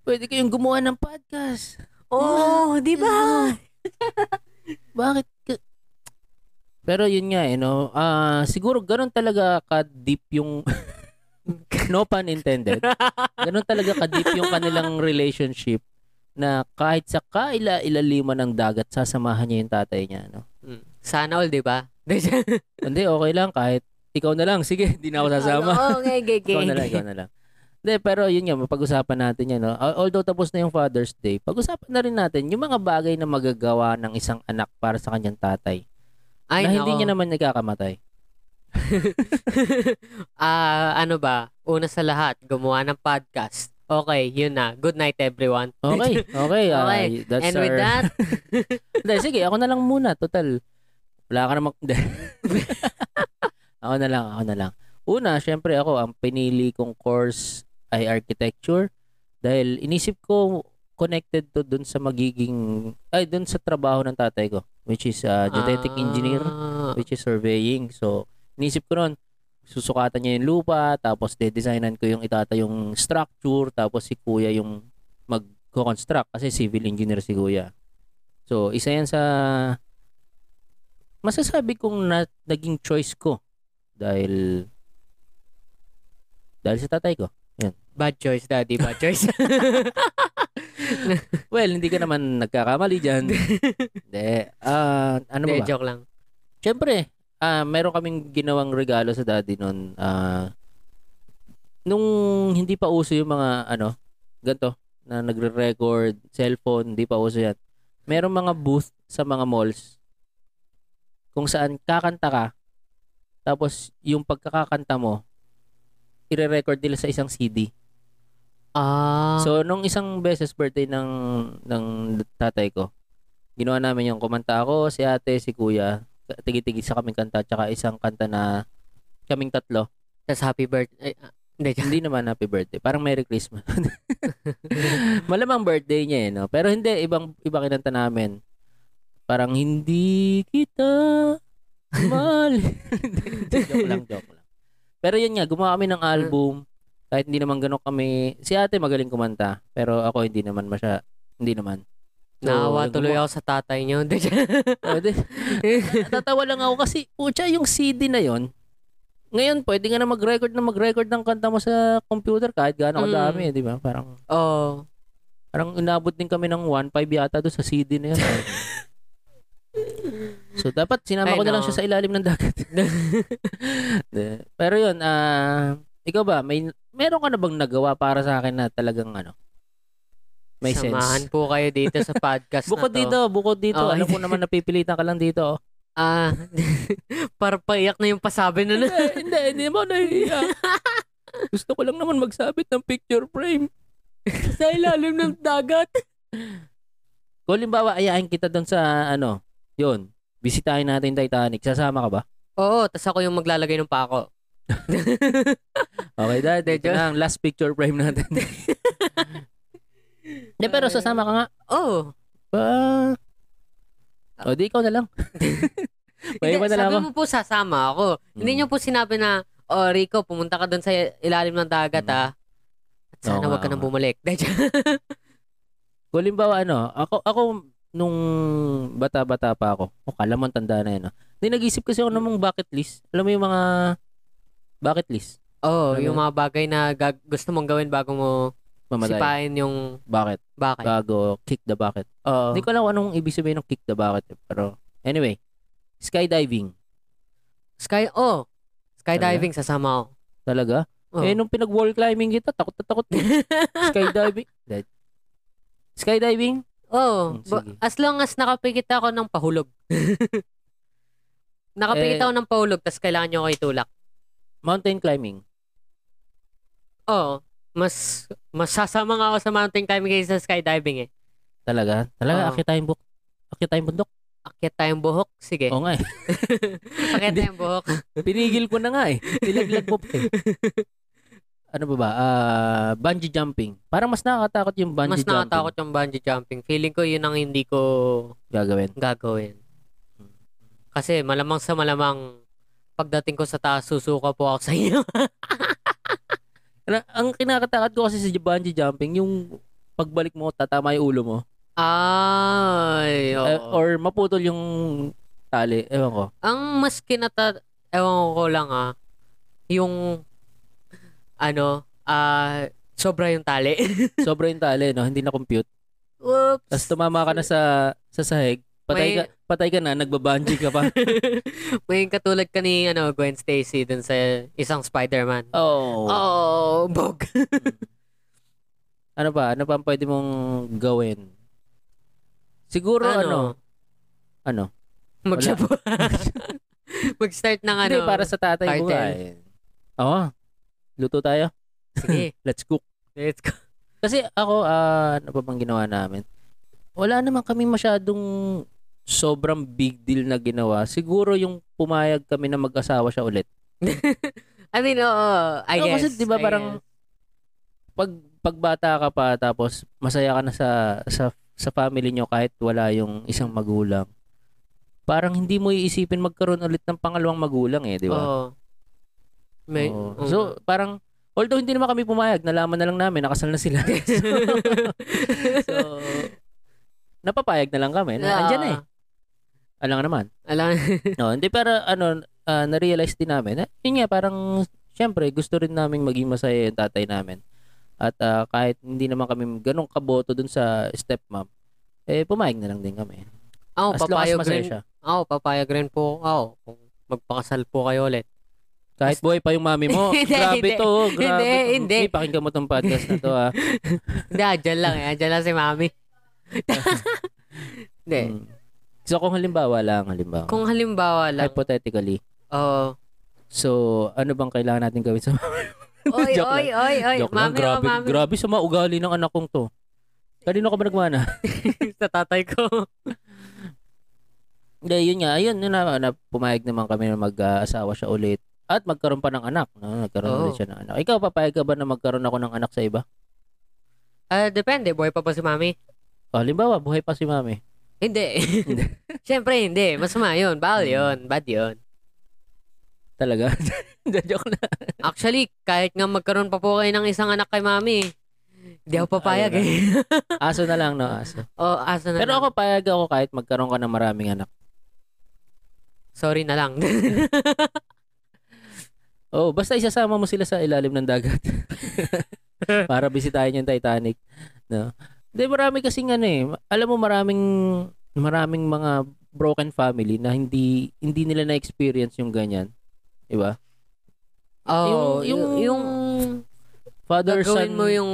Speaker 1: Pwede kayong gumawa ng podcast.
Speaker 2: Oo, Oh, di ba?
Speaker 1: Bakit ka- Pero yun nga, you know, ah, siguro ganun talaga ka-deep yung... no pun intended. Ganun talaga ka-deep yung kanilang relationship na kahit sa kaila-ilaliman ng dagat, sasamahan niya yung tatay niya, no?
Speaker 2: Mm, Sana all, di ba?
Speaker 1: Hindi, okay lang. Kahit ikaw na lang. Sige, hindi na ako sasama.
Speaker 2: Oo, Ano? okay, okay,
Speaker 1: ikaw na lang, ikaw na lang. Hindi, pero yun nga, mapag-usapan natin yan. No? Al- Although tapos na yung Father's Day, pag-usapan na rin natin yung mga bagay na magagawa ng isang anak para sa kanyang tatay
Speaker 2: Ay,
Speaker 1: na hindi
Speaker 2: nako.
Speaker 1: niya naman nagkakamatay.
Speaker 2: Ah, ano ba? Una sa lahat, gumawa ng podcast. Okay, yun na. Good night, everyone.
Speaker 1: Okay, okay. ah,
Speaker 2: Okay,
Speaker 1: that's
Speaker 2: And with
Speaker 1: our-
Speaker 2: that,
Speaker 1: Hindi, sige, ako na lang muna. Total, wala ka na mag... Hindi. ako na lang, ako na lang. Una, syempre ako, ang pinili kong course ay architecture dahil inisip ko connected to dun sa magiging, ay dun sa trabaho ng tatay ko, which is uh, geodetic
Speaker 2: ah,
Speaker 1: engineer, which is surveying. So, inisip ko noon, susukatan niya yung lupa, tapos dedesignan ko yung itatayong structure, tapos si kuya yung mag-construct kasi civil engineer si kuya. So, isa yan sa masasabi kong na, naging choice ko dahil Dahil sa tatay ko.
Speaker 2: Bad choice, daddy. Bad choice.
Speaker 1: Well, hindi ka naman nagkakamali dyan. Hindi. Ah, ano ba
Speaker 2: Hindi,
Speaker 1: ba?
Speaker 2: joke lang.
Speaker 1: Siyempre, ah meron kaming ginawang regalo sa daddy noon. ah nung hindi pa uso yung mga ano, ganito, na nagre-record, cellphone, hindi pa uso yan. Merong mga booth sa mga malls kung saan kakanta ka tapos yung pagkakakanta mo ire-record nila sa isang CD.
Speaker 2: Ah.
Speaker 1: So nung isang beses birthday ng ng tatay ko, ginawa namin yung kumanta ako, si ate, si kuya, tigi-tigi sa kaming kanta tsaka isang kanta na kaming tatlo.
Speaker 2: tas happy birthday. Hindi, joke.
Speaker 1: Hindi naman happy birthday, parang Merry Christmas. Malamang birthday niya eh, no? Pero hindi ibang iba kinanta namin. Parang hindi kita mahal. Hindi, joke lang, joke lang. Pero yun nga, gumawa kami ng album. Kahit hindi naman ganun kami. Si ate magaling kumanta. Pero ako hindi naman masya. Hindi naman.
Speaker 2: Naawa tuloy
Speaker 1: gumawa-
Speaker 2: ako sa tatay niyo. Hindi, joke.
Speaker 1: Oh, di- Natatawa lang ako kasi, putya, yung CD na yon ngayon pwede ka na mag-record na mag-record ng kanta mo sa computer kahit gaano
Speaker 2: Mm.
Speaker 1: kadami, eh, di ba? Parang, Oh,
Speaker 2: Oo.
Speaker 1: parang inabot din kami ng 1.5 yata doon sa CD na yun. so, dapat sinama
Speaker 2: I
Speaker 1: ko na lang
Speaker 2: know.
Speaker 1: siya sa ilalim ng dagat. Di. Pero yun, ah, ikaw ba, may, meron ka na bang nagawa para sa akin na talagang ano? May
Speaker 2: Samahan
Speaker 1: sense.
Speaker 2: po kayo dito sa podcast
Speaker 1: Bukod
Speaker 2: na to. Oh,
Speaker 1: dito, bukod dito.
Speaker 2: Okay.
Speaker 1: Alam ko naman napipilitan ka lang dito. oh.
Speaker 2: Ah, para paiyak na yung pasabi na na.
Speaker 1: hindi, hindi, hindi mo nahihiya. Gusto ko lang naman magsabit ng picture frame.
Speaker 2: sa ilalim ng dagat.
Speaker 1: Kung limbawa, ayahin kita doon sa ano, yun, bisitahin natin yung Titanic. Sasama ka ba?
Speaker 2: Oo, tas ako yung maglalagay ng pako.
Speaker 1: Okay, dad, ito
Speaker 2: Medyo.
Speaker 1: na ang last picture frame natin. Hindi, pero sasama ka nga.
Speaker 2: Oo.
Speaker 1: Ba? O, di ikaw na lang.
Speaker 2: Hindi,
Speaker 1: Maiwan na lang
Speaker 2: sabi
Speaker 1: ako.
Speaker 2: mo po sasama ako. Hindi
Speaker 1: Mm.
Speaker 2: niyo po sinabi na, oh Rico, pumunta ka doon sa ilalim ng dagat
Speaker 1: Mm.
Speaker 2: ah. At sana
Speaker 1: Oo nga,
Speaker 2: wag ka nang
Speaker 1: oo nga.
Speaker 2: bumalik. Dahil-
Speaker 1: Kung limbawa, ano, ako, ako, nung bata-bata pa ako, o kalaman tanda na yun, no? Hindi, nag-isip kasi ako ng mga bucket list. Alam mo yung mga bucket list? Ano?
Speaker 2: Oo, oh, yung mga bagay na gag- gusto mong gawin bago mo
Speaker 1: Mamatay.
Speaker 2: sipain yung
Speaker 1: Bakit?
Speaker 2: bakay.
Speaker 1: Bago kick the bucket.
Speaker 2: Oo.
Speaker 1: Hindi ko alam kung anong ibig sabihin ng kick the bucket. eh, Pero, anyway, skydiving.
Speaker 2: Sky, oh. Skydiving, sasama ako. Oh.
Speaker 1: Talaga?
Speaker 2: Oo.
Speaker 1: Eh, nung pinag-wall climbing kita, takot na takot. skydiving. Dead. Skydiving?
Speaker 2: Oo.
Speaker 1: Mm,
Speaker 2: Ba-
Speaker 1: sige.
Speaker 2: as long as nakapikit ako ng pahulog.
Speaker 1: Eh,
Speaker 2: nakapikit ako ng pahulog, tapos kailangan nyo ako itulak.
Speaker 1: Mountain climbing.
Speaker 2: Oo. Mas, mas sasama nga ako sa mountain climbing kaysa sa skydiving eh.
Speaker 1: Talaga? Talaga,
Speaker 2: Oo.
Speaker 1: akit tayong buk. Akit tayong bundok.
Speaker 2: Akyat tayong buhok? Sige.
Speaker 1: Oo nga eh.
Speaker 2: Akyat tayong buhok.
Speaker 1: Pinigil ko na nga eh. Nilaglag ko pa eh. Ano ba ba? Ah, bungee jumping. Parang mas nakakatakot yung bungee
Speaker 2: Mas
Speaker 1: jumping.
Speaker 2: nakatakot yung bungee jumping. Feeling ko yun ang hindi ko
Speaker 1: Gagawin.
Speaker 2: gagawin. Kasi malamang sa malamang pagdating ko sa taas, susuka po ako sa inyo.
Speaker 1: Ano, ang kinakatakot ko kasi sa bungee jumping, yung pagbalik mo, tatama yung ulo mo.
Speaker 2: Ay, oo.
Speaker 1: Eh, or maputol yung tali. Ewan ko.
Speaker 2: Ang mas kinata... Ewan ko lang ah. Yung... Ano? Ah... sobra yung tali.
Speaker 1: Sobra yung tali, no? Hindi na-compute.
Speaker 2: Whoops.
Speaker 1: Tapos tumama ka na sa, sa sahig. Patay,
Speaker 2: May-
Speaker 1: ka, patay ka na, nagbabungee ka pa.
Speaker 2: May katulad ka ni ano, Gwen Stacy dun sa isang Spider-Man.
Speaker 1: oh.
Speaker 2: Oh, bog.
Speaker 1: Ano pa? Ano pa ang pwede mong gawin? Siguro ano? Ano?
Speaker 2: Magsapo. Mag-start ng ano.
Speaker 1: Hindi, para sa tatay ko
Speaker 2: Cartel.
Speaker 1: nga eh. Oo. Luto tayo.
Speaker 2: Sige.
Speaker 1: Let's cook.
Speaker 2: Let's go.
Speaker 1: Kasi ako, ah, ano pa bang ginawa namin? Wala naman kami masyadong sobrang big deal na ginawa. Siguro yung pumayag kami na mag-asawa siya ulit.
Speaker 2: I mean, oo. I
Speaker 1: Oo,
Speaker 2: guess.
Speaker 1: kasi di ba
Speaker 2: I
Speaker 1: parang
Speaker 2: guess.
Speaker 1: pag pagbata ka pa tapos masaya ka na sa sa sa family nyo kahit wala yung isang magulang. Parang hindi mo iisipin magkaroon ulit ng pangalawang magulang eh, di ba?
Speaker 2: Oo. May,
Speaker 1: Oo.
Speaker 2: oo.
Speaker 1: So, parang although hindi naman kami pumayag, nalaman na lang namin nakasal na sila. so, napapayag na lang kami. Na, andyan na eh. Alam nga naman.
Speaker 2: Ah, Alam,
Speaker 1: No, hindi pero ano, ah, na-realize din namin. Na, yun nga, parang syempre, gusto rin naming maging masaya yung tatay namin. At ah, kahit hindi naman kami ganun kaboto dun sa stepmom, eh pumayag na lang din kami.
Speaker 2: Oh,
Speaker 1: as long as
Speaker 2: papayag
Speaker 1: masaya
Speaker 2: rin.
Speaker 1: siya.
Speaker 2: Oh, papayag rin po. Oh, kung magpakasal po kayo ulit.
Speaker 1: Kahit buhay pa yung mami mo,
Speaker 2: Hindi,
Speaker 1: grabe
Speaker 2: hindi.
Speaker 1: to, oh, grabe.
Speaker 2: Hindi,
Speaker 1: to.
Speaker 2: hindi.
Speaker 1: Uy, pakinggan mo tong podcast na to ah.
Speaker 2: Hindi, dyan lang eh. Dyan lang si mami. Hindi.
Speaker 1: Mm. So kung halimbawa lang, halimbawa.
Speaker 2: Kung halimbawa lang,
Speaker 1: hypothetically.
Speaker 2: oo.
Speaker 1: So, ano bang kailangan natin gawin sa
Speaker 2: Oy,
Speaker 1: Joke
Speaker 2: oy, oy, oy.
Speaker 1: Joke lang,
Speaker 2: Mami, oh,
Speaker 1: grabe,
Speaker 2: mami.
Speaker 1: grabe sa mga ugali ng anak kong to. Kanino ka ba nagmana?
Speaker 2: Sa tatay ko.
Speaker 1: Hindi, yun nga. Ayun, yun na, na pumayag naman kami na mag-asawa siya ulit. At magkaroon pa ng anak. No? Nagkaroon
Speaker 2: Oo.
Speaker 1: ulit siya ng anak. Ikaw, papayag ka ba na magkaroon ako ng anak sa iba?
Speaker 2: Ah, depende. Buhay pa ba si mami?
Speaker 1: O, halimbawa, buhay pa si mami.
Speaker 2: Hindi.
Speaker 1: Hindi.
Speaker 2: Siyempre, hindi. Masama yun. Bawal
Speaker 1: Hmm.
Speaker 2: yun. Bad yun.
Speaker 1: Talaga. Hindi, Joke na.
Speaker 2: Actually, kahit nga magkaroon pa po kayo ng isang anak kay mami, hindi ako
Speaker 1: Ayaw
Speaker 2: papayag eh.
Speaker 1: Aso na lang, no? Aso.
Speaker 2: oh, asa na
Speaker 1: Pero ako,
Speaker 2: lang.
Speaker 1: payag ako kahit magkaroon ka ng maraming anak.
Speaker 2: Sorry na lang.
Speaker 1: Oh, basta isasama mo sila sa ilalim ng dagat. Para bisitahin yung Titanic, no? Hindi marami kasi ano eh. Alam mo maraming maraming mga broken family na hindi hindi nila na-experience yung ganyan. 'Di ba? Yung-
Speaker 2: oh, yung,
Speaker 1: yung-
Speaker 2: yung,
Speaker 1: Father son
Speaker 2: gagawin mo yung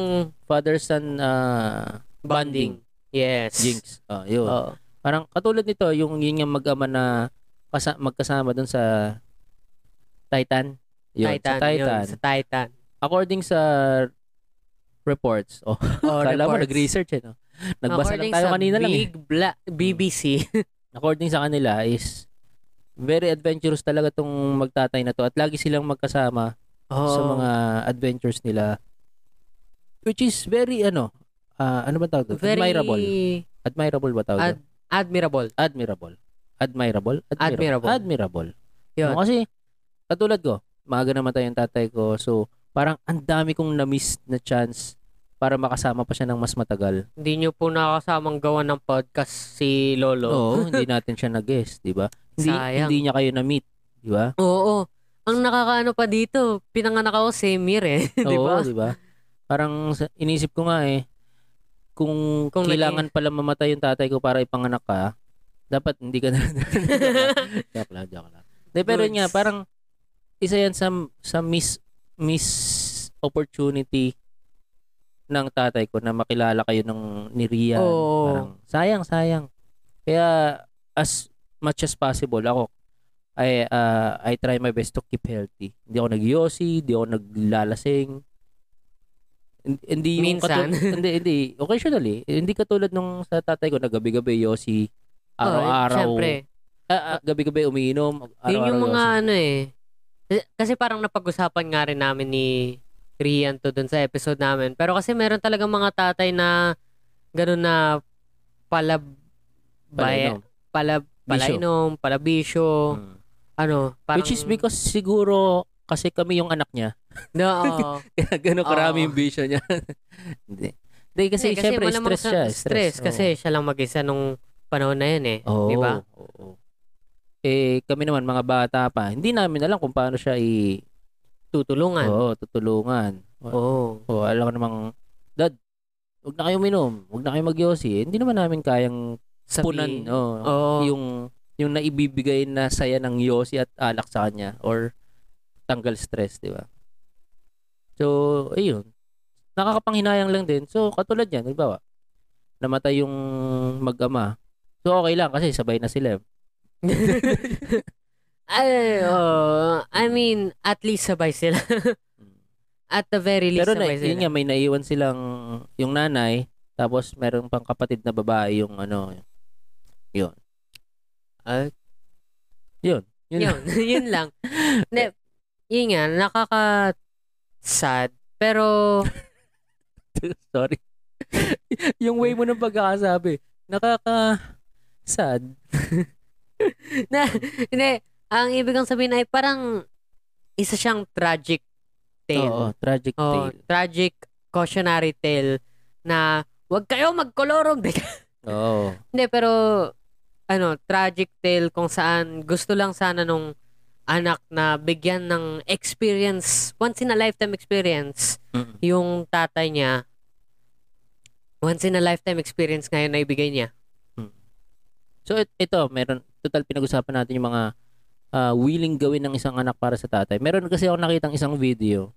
Speaker 1: father son ah,
Speaker 2: bonding. Yes.
Speaker 1: jinx. Oh, yun.
Speaker 2: Oo.
Speaker 1: Parang katulad nito yung yun yung mag-ama na kasa- magkasama doon sa Titan. Yun,
Speaker 2: Titan.
Speaker 1: sa Titan.
Speaker 2: Yun, sa Titan.
Speaker 1: According sa reports, oh,
Speaker 2: Oh,
Speaker 1: Kala mo,
Speaker 2: reports.
Speaker 1: nag-research eh, no? Nagbasa
Speaker 2: According
Speaker 1: lang tayo
Speaker 2: sa
Speaker 1: kanina lang eh.
Speaker 2: Big Bla- BBC.
Speaker 1: According sa kanila is very adventurous talaga tong magtatay na to at lagi silang magkasama sa
Speaker 2: Oo.
Speaker 1: mga adventures nila which is very ano ah, ano ba tawag doon?
Speaker 2: Very
Speaker 1: Admirable. Admirable ba tawag doon?
Speaker 2: Ad- admirable.
Speaker 1: Admirable. Admirable.
Speaker 2: Admirable.
Speaker 1: Admirable.
Speaker 2: Yun.
Speaker 1: No, kasi katulad ko, maaga namatay yung tatay ko so parang ang dami kong na-miss na chance para makasama pa siya ng mas matagal.
Speaker 2: Hindi nyo po nakasamang gawa ng podcast si Lolo.
Speaker 1: Oo, hindi natin siya na-guess, 'di ba? Hindi
Speaker 2: Sayang.
Speaker 1: hindi niya kayo na-meet, 'di ba?
Speaker 2: Oo. Ang nakakaano pa dito, pinanganak ako si Mir eh. Di
Speaker 1: Oo,
Speaker 2: ba?
Speaker 1: 'di ba? Parang sa- inisip ko nga eh kung,
Speaker 2: Kung
Speaker 1: kailangan pala mamatay yung tatay ko para ipanganak ka, dapat hindi ka na joke lang, joke lang. De, pero yun nga,
Speaker 2: Goods.
Speaker 1: parang isa yan sa sa miss miss opportunity ng tatay ko na makilala kayo ng ni Rian.
Speaker 2: Oo.
Speaker 1: Parang sayang, sayang. Kaya as much as possible ako I uh, I try my best to keep healthy. Hindi ako nagyosi, hindi ako naglalasing. Hin- Hindi yung
Speaker 2: Minsan.
Speaker 1: katul- hindi hindi occasionally, hindi katulad nung sa tatay ko na gabi-gabi yosi araw-araw.
Speaker 2: Siyempre.
Speaker 1: Ah, ah, gabi-gabi umiinom,
Speaker 2: Yun
Speaker 1: araw-araw E
Speaker 2: yung mga
Speaker 1: yosi.
Speaker 2: ano eh. Kasi parang napag-usapan nga rin namin ni Rian to dun sa episode namin. Pero kasi meron talaga mga tatay na gano'n na palab
Speaker 1: Palainom.
Speaker 2: palab palainom, palabisyo,
Speaker 1: Mm.
Speaker 2: ano, parang
Speaker 1: Which is because siguro kasi kami yung anak niya.
Speaker 2: no, oo.
Speaker 1: Kaya ganun karami
Speaker 2: Oo.
Speaker 1: yung bisyo niya. hindi. Hindi kasi,
Speaker 2: Hindi,
Speaker 1: syempre
Speaker 2: malamang
Speaker 1: stress
Speaker 2: sa-
Speaker 1: siya,
Speaker 2: Stress, kasi siya lang mag-isa nung panahon na yun eh.
Speaker 1: Oo.
Speaker 2: Di ba?
Speaker 1: Oo. Eh, kami naman, mga bata pa, hindi namin alam kung paano siya i...
Speaker 2: Tutulungan.
Speaker 1: Oo,
Speaker 2: Oo.
Speaker 1: tutulungan. Oo, oh, alam ko namang, Dad, huwag na kayo minom, huwag na kayo magyosi. Eh, hindi naman namin kayang punan
Speaker 2: Sabihin.
Speaker 1: oo,
Speaker 2: Oo.
Speaker 1: yung yung naibibigay na saya ng yosi at alak sa kanya or tanggal stress, di ba? So, ayun. Nakakapanghinayang lang din. So, katulad yan, halimbawa, namatay yung mag-ama. So, okay lang kasi sabay na sila. eh.
Speaker 2: Ay, oo. I mean, at least sabay sila. at the very least
Speaker 1: Pero na,
Speaker 2: sabay
Speaker 1: yun
Speaker 2: sila.
Speaker 1: nga, may naiwan silang yung nanay, tapos meron pang kapatid na babae yung ano, yun.
Speaker 2: Ah.
Speaker 1: yun. Yun.
Speaker 2: yun, yun lang. Ne, yun nga, nakaka sad. Pero,
Speaker 1: Sorry. yung way mo ng pagkakasabi, nakaka sad.
Speaker 2: na, hindi, ang ibig kong sabihin ay parang isa siyang tragic tale.
Speaker 1: Oo, tragic
Speaker 2: Oh,
Speaker 1: tale.
Speaker 2: tragic cautionary tale na wag kayo magkolorong.
Speaker 1: Oo.
Speaker 2: Hindi, pero ano, tragic tale kung saan gusto lang sana nung anak na bigyan ng experience, once in a lifetime experience,
Speaker 1: Mm.
Speaker 2: yung tatay niya, once in a lifetime experience ngayon na ibigay niya.
Speaker 1: So it- ito, meron total pinag-usapan natin yung mga ah, willing gawin ng isang anak para sa tatay. Meron kasi ako nakitang isang video.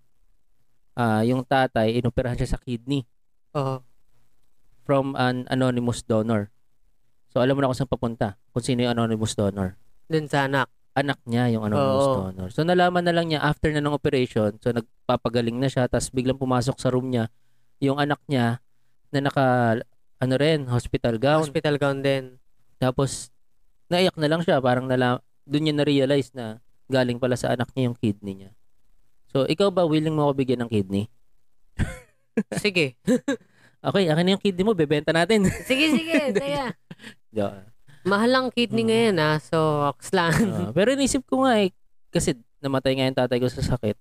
Speaker 1: Ah, yung tatay inoperahan siya sa kidney
Speaker 2: Oo.
Speaker 1: from an anonymous donor. So alam mo na kung saan papunta, kung sino yung anonymous donor.
Speaker 2: Dun sa anak.
Speaker 1: anak niya yung anonymous
Speaker 2: Oo.
Speaker 1: donor. So nalaman na lang niya after na ng operation, so nagpapagaling na siya tapos biglang pumasok sa room niya yung anak niya na naka ano rin, hospital gown.
Speaker 2: Hospital gown din.
Speaker 1: Tapos naiyak na lang siya, parang nala doon niya na-realize na galing pala sa anak niya yung kidney niya. So ikaw ba willing mo ako bigyan ng kidney?
Speaker 2: Sige.
Speaker 1: Okay, akin na yung kidney mo, bebenta natin.
Speaker 2: sige, sige. Teka.
Speaker 1: Joke.
Speaker 2: Mahal ang
Speaker 1: Mm.
Speaker 2: kidney ngayon ah. So, ox lang.
Speaker 1: Ah, pero inisip ko nga eh, kasi namatay nga yung tatay ko sa sakit.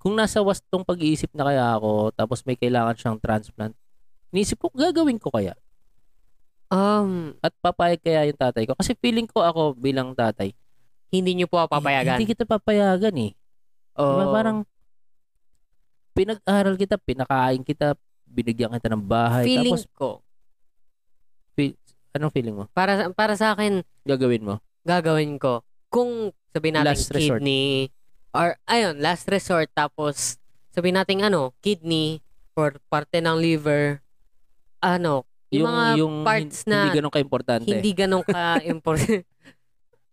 Speaker 1: Kung nasa wastong pag-iisip na kaya ako, tapos may kailangan siyang transplant, inisip ko, gagawin ko kaya?
Speaker 2: Um,
Speaker 1: At papayag kaya yung tatay ko? Kasi feeling ko ako bilang tatay,
Speaker 2: hindi niyo po
Speaker 1: eh,
Speaker 2: ako papayagan.
Speaker 1: hindi kita papayagan eh.
Speaker 2: Oo.
Speaker 1: Diba, parang pinag-aral kita, pinakain kita, binigyan kita ng bahay.
Speaker 2: feeling
Speaker 1: Tapos,
Speaker 2: ko.
Speaker 1: feel, anong feeling mo?
Speaker 2: Para, sa- para sa akin,
Speaker 1: Gagawin mo?
Speaker 2: gagawin ko kung sabihin natin
Speaker 1: Last resort.
Speaker 2: kidney or ayun last resort tapos sabihin natin ano kidney or parte ng liver ano Yung mga parts
Speaker 1: hin-
Speaker 2: na
Speaker 1: hindi ganun ka-importante.
Speaker 2: hindi ganong ka important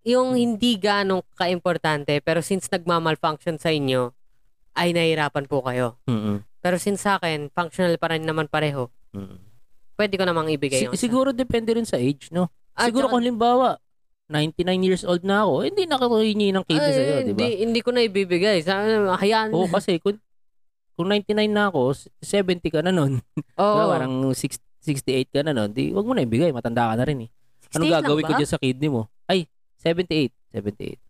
Speaker 2: yung hindi ganong ka importante pero since nagmamalfunction sa inyo ay nahirapan po kayo
Speaker 1: Mm-mm.
Speaker 2: pero since sa akin functional pa rin naman pareho
Speaker 1: Mm-mm.
Speaker 2: pwede ko namang ibigay yung
Speaker 1: Si-
Speaker 2: isa.
Speaker 1: siguro depende rin sa age, no? Ah,
Speaker 2: At
Speaker 1: Siguro
Speaker 2: saka-
Speaker 1: kung limbawa, 99 years old na ako, eh, hindi nakakuhingi ng kidney
Speaker 2: Ay,
Speaker 1: sa'yo, di ba? Oh,
Speaker 2: hindi, hindi ko na ibibigay sa hayaan
Speaker 1: Oo, kasi kung, kung 99 na ako, s- 70 ka na nun.
Speaker 2: Oo.
Speaker 1: Diba, parang six- 68 ka na nun, di, wag mo na ibigay, matanda ka na rin eh. Anong
Speaker 2: 68 lang
Speaker 1: gagawin ko
Speaker 2: ba?
Speaker 1: dyan sa kidney mo? Ay, 78. 78.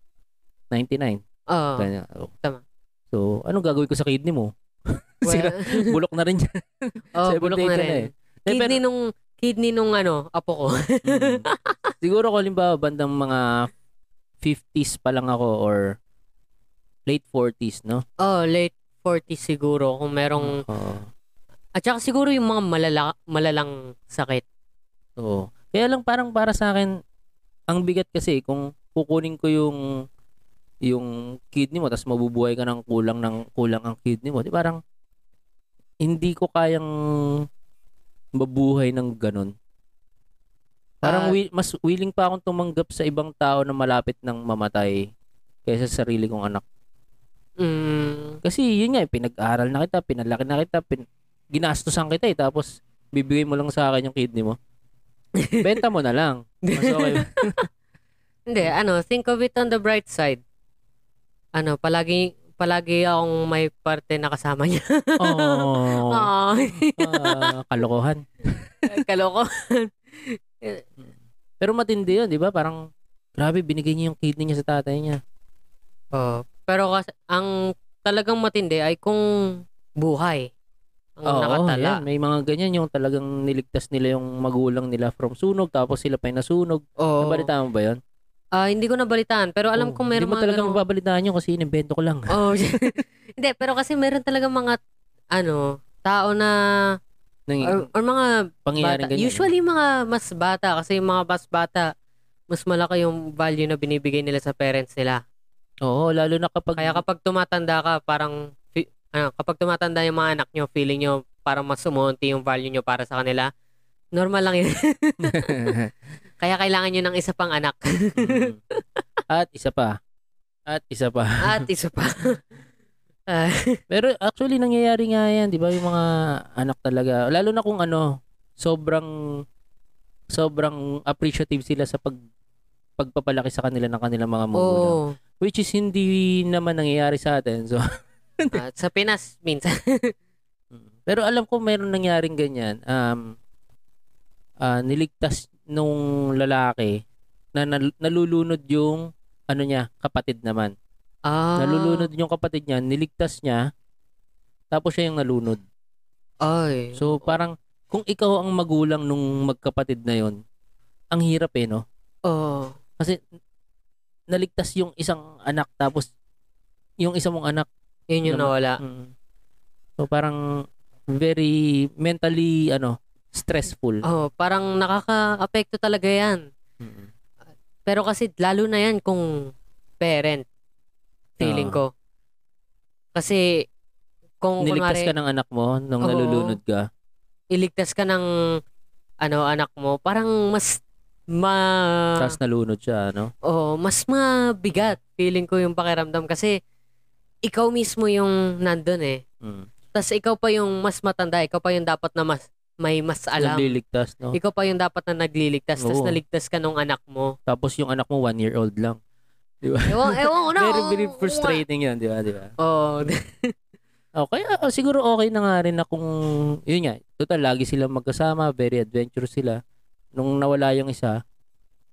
Speaker 1: 99.
Speaker 2: Oo.
Speaker 1: Ganyan. Oo.
Speaker 2: Oh. tama.
Speaker 1: oh. So, anong gagawin ko sa kidney mo? Sira,
Speaker 2: Well,
Speaker 1: bulok na rin dyan.
Speaker 2: Oh,
Speaker 1: 78
Speaker 2: bulok na
Speaker 1: ka
Speaker 2: rin.
Speaker 1: na eh. Eh, pero-
Speaker 2: Kidney nung kidney nung ano, apo ko.
Speaker 1: Mm. Siguro ko limbawa bandang mga 50s pa lang ako or late 40s, no?
Speaker 2: oh, late 40 siguro kung merong
Speaker 1: Oo.
Speaker 2: at saka siguro yung mga malala, malalang sakit.
Speaker 1: Oo. Kaya lang parang para sa akin ang bigat kasi kung kukunin ko yung yung kidney mo tapos mabubuhay ka ng kulang ng kulang ang kidney mo, di parang hindi ko kayang mabuhay ng ganun. Parang
Speaker 2: Ah.
Speaker 1: wi- mas willing pa akong tumanggap sa ibang tao na malapit ng mamatay kaysa sa sarili kong anak.
Speaker 2: Mm,
Speaker 1: Kasi yun nga, eh, pinag-aral na kita, pinalaki na kita, pin- ginastosan kita eh, tapos bibigay mo lang sa akin yung kidney mo. Benta mo na lang. Mas okay.
Speaker 2: hindi, ano, think of it on the bright side. Ano, palagi palagi akong may parte na kasama niya.
Speaker 1: Oh,
Speaker 2: Oh,
Speaker 1: kalokohan.
Speaker 2: kalokohan.
Speaker 1: Pero matindi yun, di ba? Parang, grabe, binigay niya yung kidney niya sa tatay niya.
Speaker 2: Oh, pero kas- ang talagang matindi ay kung buhay ang nakatala.
Speaker 1: yan. May mga ganyan yung talagang niligtas nila yung magulang nila from sunog, tapos sila pa yung nasunog.
Speaker 2: Oo.
Speaker 1: Nabalitaan mo ba yun?
Speaker 2: Ah, hindi ko nabalitaan, pero
Speaker 1: Oo.
Speaker 2: alam kong meron
Speaker 1: Hindi mo
Speaker 2: mga
Speaker 1: talaga
Speaker 2: ganung-
Speaker 1: mababalitaan yun kasi inimbento ko lang.
Speaker 2: Oh, hindi, pero kasi meron talaga mga, ano, tao na,
Speaker 1: Nang,
Speaker 2: or, or mga
Speaker 1: pangyayaring
Speaker 2: bata.
Speaker 1: Mm. ganyan.
Speaker 2: Usually, mga mas bata, kasi yung mga mas bata, mas malaki yung value na binibigay nila sa parents nila.
Speaker 1: Oo, lalo na kapag...
Speaker 2: Kaya kapag tumatanda ka, parang, fi- ano, kapag tumatanda yung mga anak nyo, feeling nyo, parang mas umunti yung value nyo para sa kanila, normal lang yun. Kaya kailangan nyo ng isa pang anak.
Speaker 1: Mm. At isa pa. At isa pa.
Speaker 2: At isa pa. Ah,
Speaker 1: Pero actually nangyayari nga 'yan, 'di ba? Yung mga anak talaga, lalo na kung ano, sobrang sobrang appreciative sila sa pag pagpapalaki sa kanila ng kanilang mga magulang.
Speaker 2: oo.
Speaker 1: Which is hindi naman nangyayari sa atin. So,
Speaker 2: At sa Pinas, minsan.
Speaker 1: pero alam ko mayroon nangyaring ganyan. Um ah, niligtas nung lalaki na nal- nalulunod yung ano niya, kapatid naman.
Speaker 2: Ah,
Speaker 1: Nalulunod yung kapatid niya, niligtas niya, tapos siya yung nalunod.
Speaker 2: Ah, Ay.
Speaker 1: So parang, kung ikaw ang magulang nung magkapatid na yon ang hirap eh, no?
Speaker 2: Oo.
Speaker 1: Kasi naligtas yung isang anak tapos yung isa mong anak.
Speaker 2: Yun yung
Speaker 1: Naman.
Speaker 2: nawala.
Speaker 1: Mm. So parang very mentally ano stressful.
Speaker 2: Oh, parang nakaka-apekto talaga yan.
Speaker 1: Mm.
Speaker 2: Pero kasi lalo na yan kung parent, feeling
Speaker 1: Ah.
Speaker 2: ko. Kasi kung
Speaker 1: Niligtas
Speaker 2: kunwari,
Speaker 1: ka ng anak mo nung
Speaker 2: Oo.
Speaker 1: nalulunod ka.
Speaker 2: iligtas ka ng ano anak mo, parang mas ma
Speaker 1: Tapos nalunod siya, ano?
Speaker 2: oh, mas mabigat feeling ko yung pakiramdam kasi ikaw mismo yung nandun eh.
Speaker 1: Mm.
Speaker 2: Tapos ikaw pa yung mas matanda, ikaw pa yung dapat na mas may mas alam.
Speaker 1: Nagliligtas, no?
Speaker 2: Ikaw pa yung dapat na nagliligtas,
Speaker 1: Oo.
Speaker 2: tapos naligtas ka nung anak mo.
Speaker 1: Tapos yung anak mo, one year old lang.
Speaker 2: Ewan, ewan ko na. oh,
Speaker 1: very,
Speaker 2: oo,
Speaker 1: very
Speaker 2: oo nga.
Speaker 1: frustrating yan, di ba? Di ba?
Speaker 2: Oo.
Speaker 1: Okay, ah, ah, siguro okay na nga rin na kung, yun nga, total, lagi silang magkasama, very adventurous sila. Nung nawala yung isa,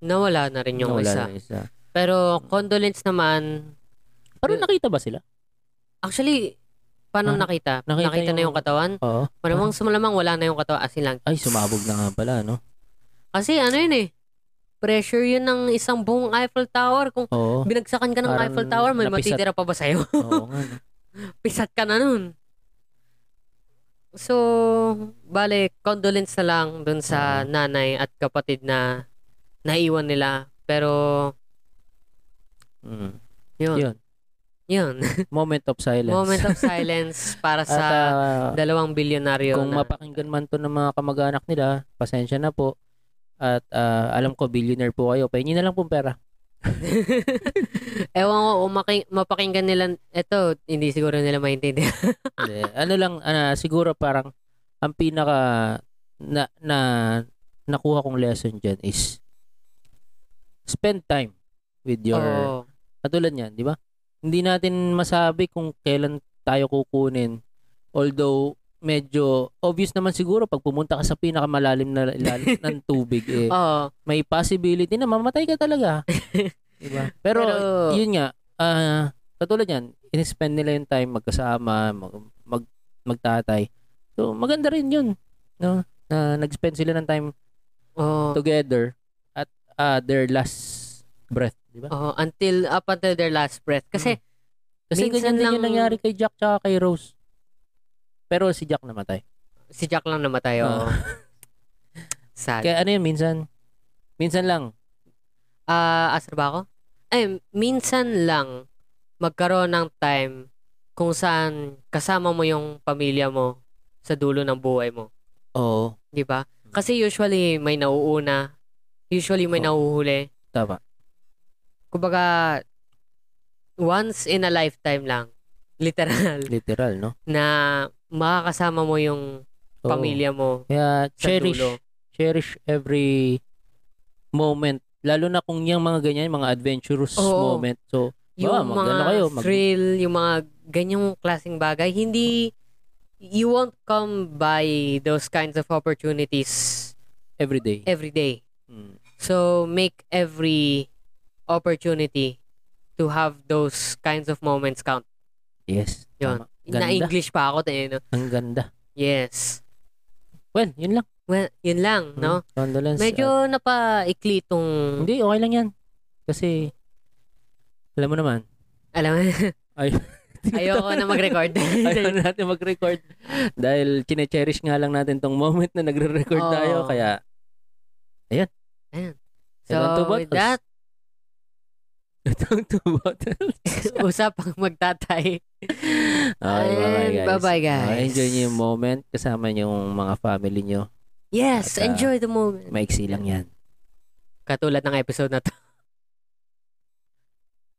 Speaker 2: nawala na rin yung
Speaker 1: nawala
Speaker 2: isa.
Speaker 1: na yung isa.
Speaker 2: Pero condolence naman,
Speaker 1: Pero nakita ba sila?
Speaker 2: actually, paano
Speaker 1: Ah,
Speaker 2: nakita?
Speaker 1: nakita
Speaker 2: Nakita, na
Speaker 1: yung- Ah.
Speaker 2: yung katawan?
Speaker 1: Oo.
Speaker 2: Malamang sumalamang wala na yung katawan. As in lang.
Speaker 1: Ay, sumabog na nga pala, no?
Speaker 2: Kasi ano yun eh, pressure yun ng isang buong Eiffel Tower. Kung
Speaker 1: Oo.
Speaker 2: binagsakan ka ng
Speaker 1: Oh, Parang
Speaker 2: Eiffel Tower, may
Speaker 1: napisat.
Speaker 2: matitira pa ba sa'yo?
Speaker 1: Oo nga, no?
Speaker 2: Pisat ka na nun. So, bale, condolence na lang dun
Speaker 1: Ah.
Speaker 2: sa nanay at kapatid na naiwan nila. Pero,
Speaker 1: Mm.
Speaker 2: yun.
Speaker 1: Yun.
Speaker 2: Yun.
Speaker 1: Moment of silence.
Speaker 2: Moment of silence para
Speaker 1: At,
Speaker 2: sa
Speaker 1: ah,
Speaker 2: dalawang bilyonaryo
Speaker 1: kung
Speaker 2: na.
Speaker 1: mapakinggan man to ng mga kamag-anak nila, pasensya na po. At ah, alam ko, billionaire po kayo. Pahingin na lang pong pera.
Speaker 2: Ewan ko, kung maki- mapakinggan nila, eto, hindi siguro nila maintindihan.
Speaker 1: Hindi. ano lang, ah, siguro parang ang pinaka na, na nakuha kong lesson dyan is spend time with your
Speaker 2: Oo.
Speaker 1: katulad niyan, di ba? Hindi natin masabi kung kailan tayo kukunin. Although medyo obvious naman siguro pag pumunta ka sa pinakamalalim na ilalim ng tubig eh
Speaker 2: Oo.
Speaker 1: may possibility na mamatay ka talaga. diba? Pero,
Speaker 2: Pero-
Speaker 1: yun nga, ah, katulad yan, in-spend nila yung time magkasama, mag, mag, magtatay. So, maganda rin yun. No? Na nag-spend sila ng time
Speaker 2: Oo.
Speaker 1: together at ah, their last breath. Diba?
Speaker 2: Oo, until, up until their last breath.
Speaker 1: Hmm.
Speaker 2: Kasi,
Speaker 1: Kasi ganyan
Speaker 2: minsan
Speaker 1: din yung
Speaker 2: lang-
Speaker 1: nangyari kay Jack tsaka kay Rose. Pero si Jack namatay.
Speaker 2: si Jack lang namatay. Oo.
Speaker 1: Ah.
Speaker 2: Sad.
Speaker 1: Kaya ano yun, minsan, minsan lang.
Speaker 2: Ah, asar ba ako? Ay, minsan lang magkaroon ng time kung saan kasama mo yung pamilya mo sa dulo ng buhay mo.
Speaker 1: Oo.
Speaker 2: Di ba?
Speaker 1: Mm.
Speaker 2: Kasi usually may nauuna. Usually may
Speaker 1: Oo.
Speaker 2: nauhuli.
Speaker 1: Tama.
Speaker 2: Kumbaga, once in a lifetime lang. Literal.
Speaker 1: Literal, no?
Speaker 2: na makakasama mo yung
Speaker 1: Oo.
Speaker 2: pamilya mo
Speaker 1: Kaya
Speaker 2: sa
Speaker 1: cherish
Speaker 2: dulo.
Speaker 1: cherish every moment lalo na kung yung mga ganyan mga adventurous
Speaker 2: Oo.
Speaker 1: moment so Bawa,
Speaker 2: Yung
Speaker 1: mag- ano
Speaker 2: mga
Speaker 1: kayo, mag-
Speaker 2: thrill, yung mga ganyang klaseng bagay, hindi, you won't come by those kinds of opportunities
Speaker 1: every day
Speaker 2: every day. Hmm.
Speaker 1: Mm.
Speaker 2: So, make every opportunity to have those kinds of moments count.
Speaker 1: yes
Speaker 2: Yun.
Speaker 1: tama. Ganda.
Speaker 2: Na-English pa ako. Tayo, no?
Speaker 1: ang ganda
Speaker 2: Yes.
Speaker 1: well yun lang
Speaker 2: Well, yun lang, no?
Speaker 1: Mm. condolence At-
Speaker 2: Medyo napaikli tong,
Speaker 1: ah, hindi okay lang yan kasi alam mo naman
Speaker 2: alam mo,
Speaker 1: ay
Speaker 2: ayoko na mag-record.
Speaker 1: ayaw na natin mag-record dahil chine-cherish nga lang natin tong moment na nagre-record
Speaker 2: Oo.
Speaker 1: tayo kaya
Speaker 2: so,
Speaker 1: Itong two bottles.
Speaker 2: with that,
Speaker 1: itong two bottles
Speaker 2: usapang magtatay.
Speaker 1: okay, bye-bye
Speaker 2: And
Speaker 1: guys
Speaker 2: bye-bye, guys.
Speaker 1: Okay, enjoy niyo yung moment kasama niyo yung mga family niyo
Speaker 2: Yes,
Speaker 1: At, ah,
Speaker 2: enjoy the moment.
Speaker 1: maiksi lang yan
Speaker 2: Katulad ng episode na to.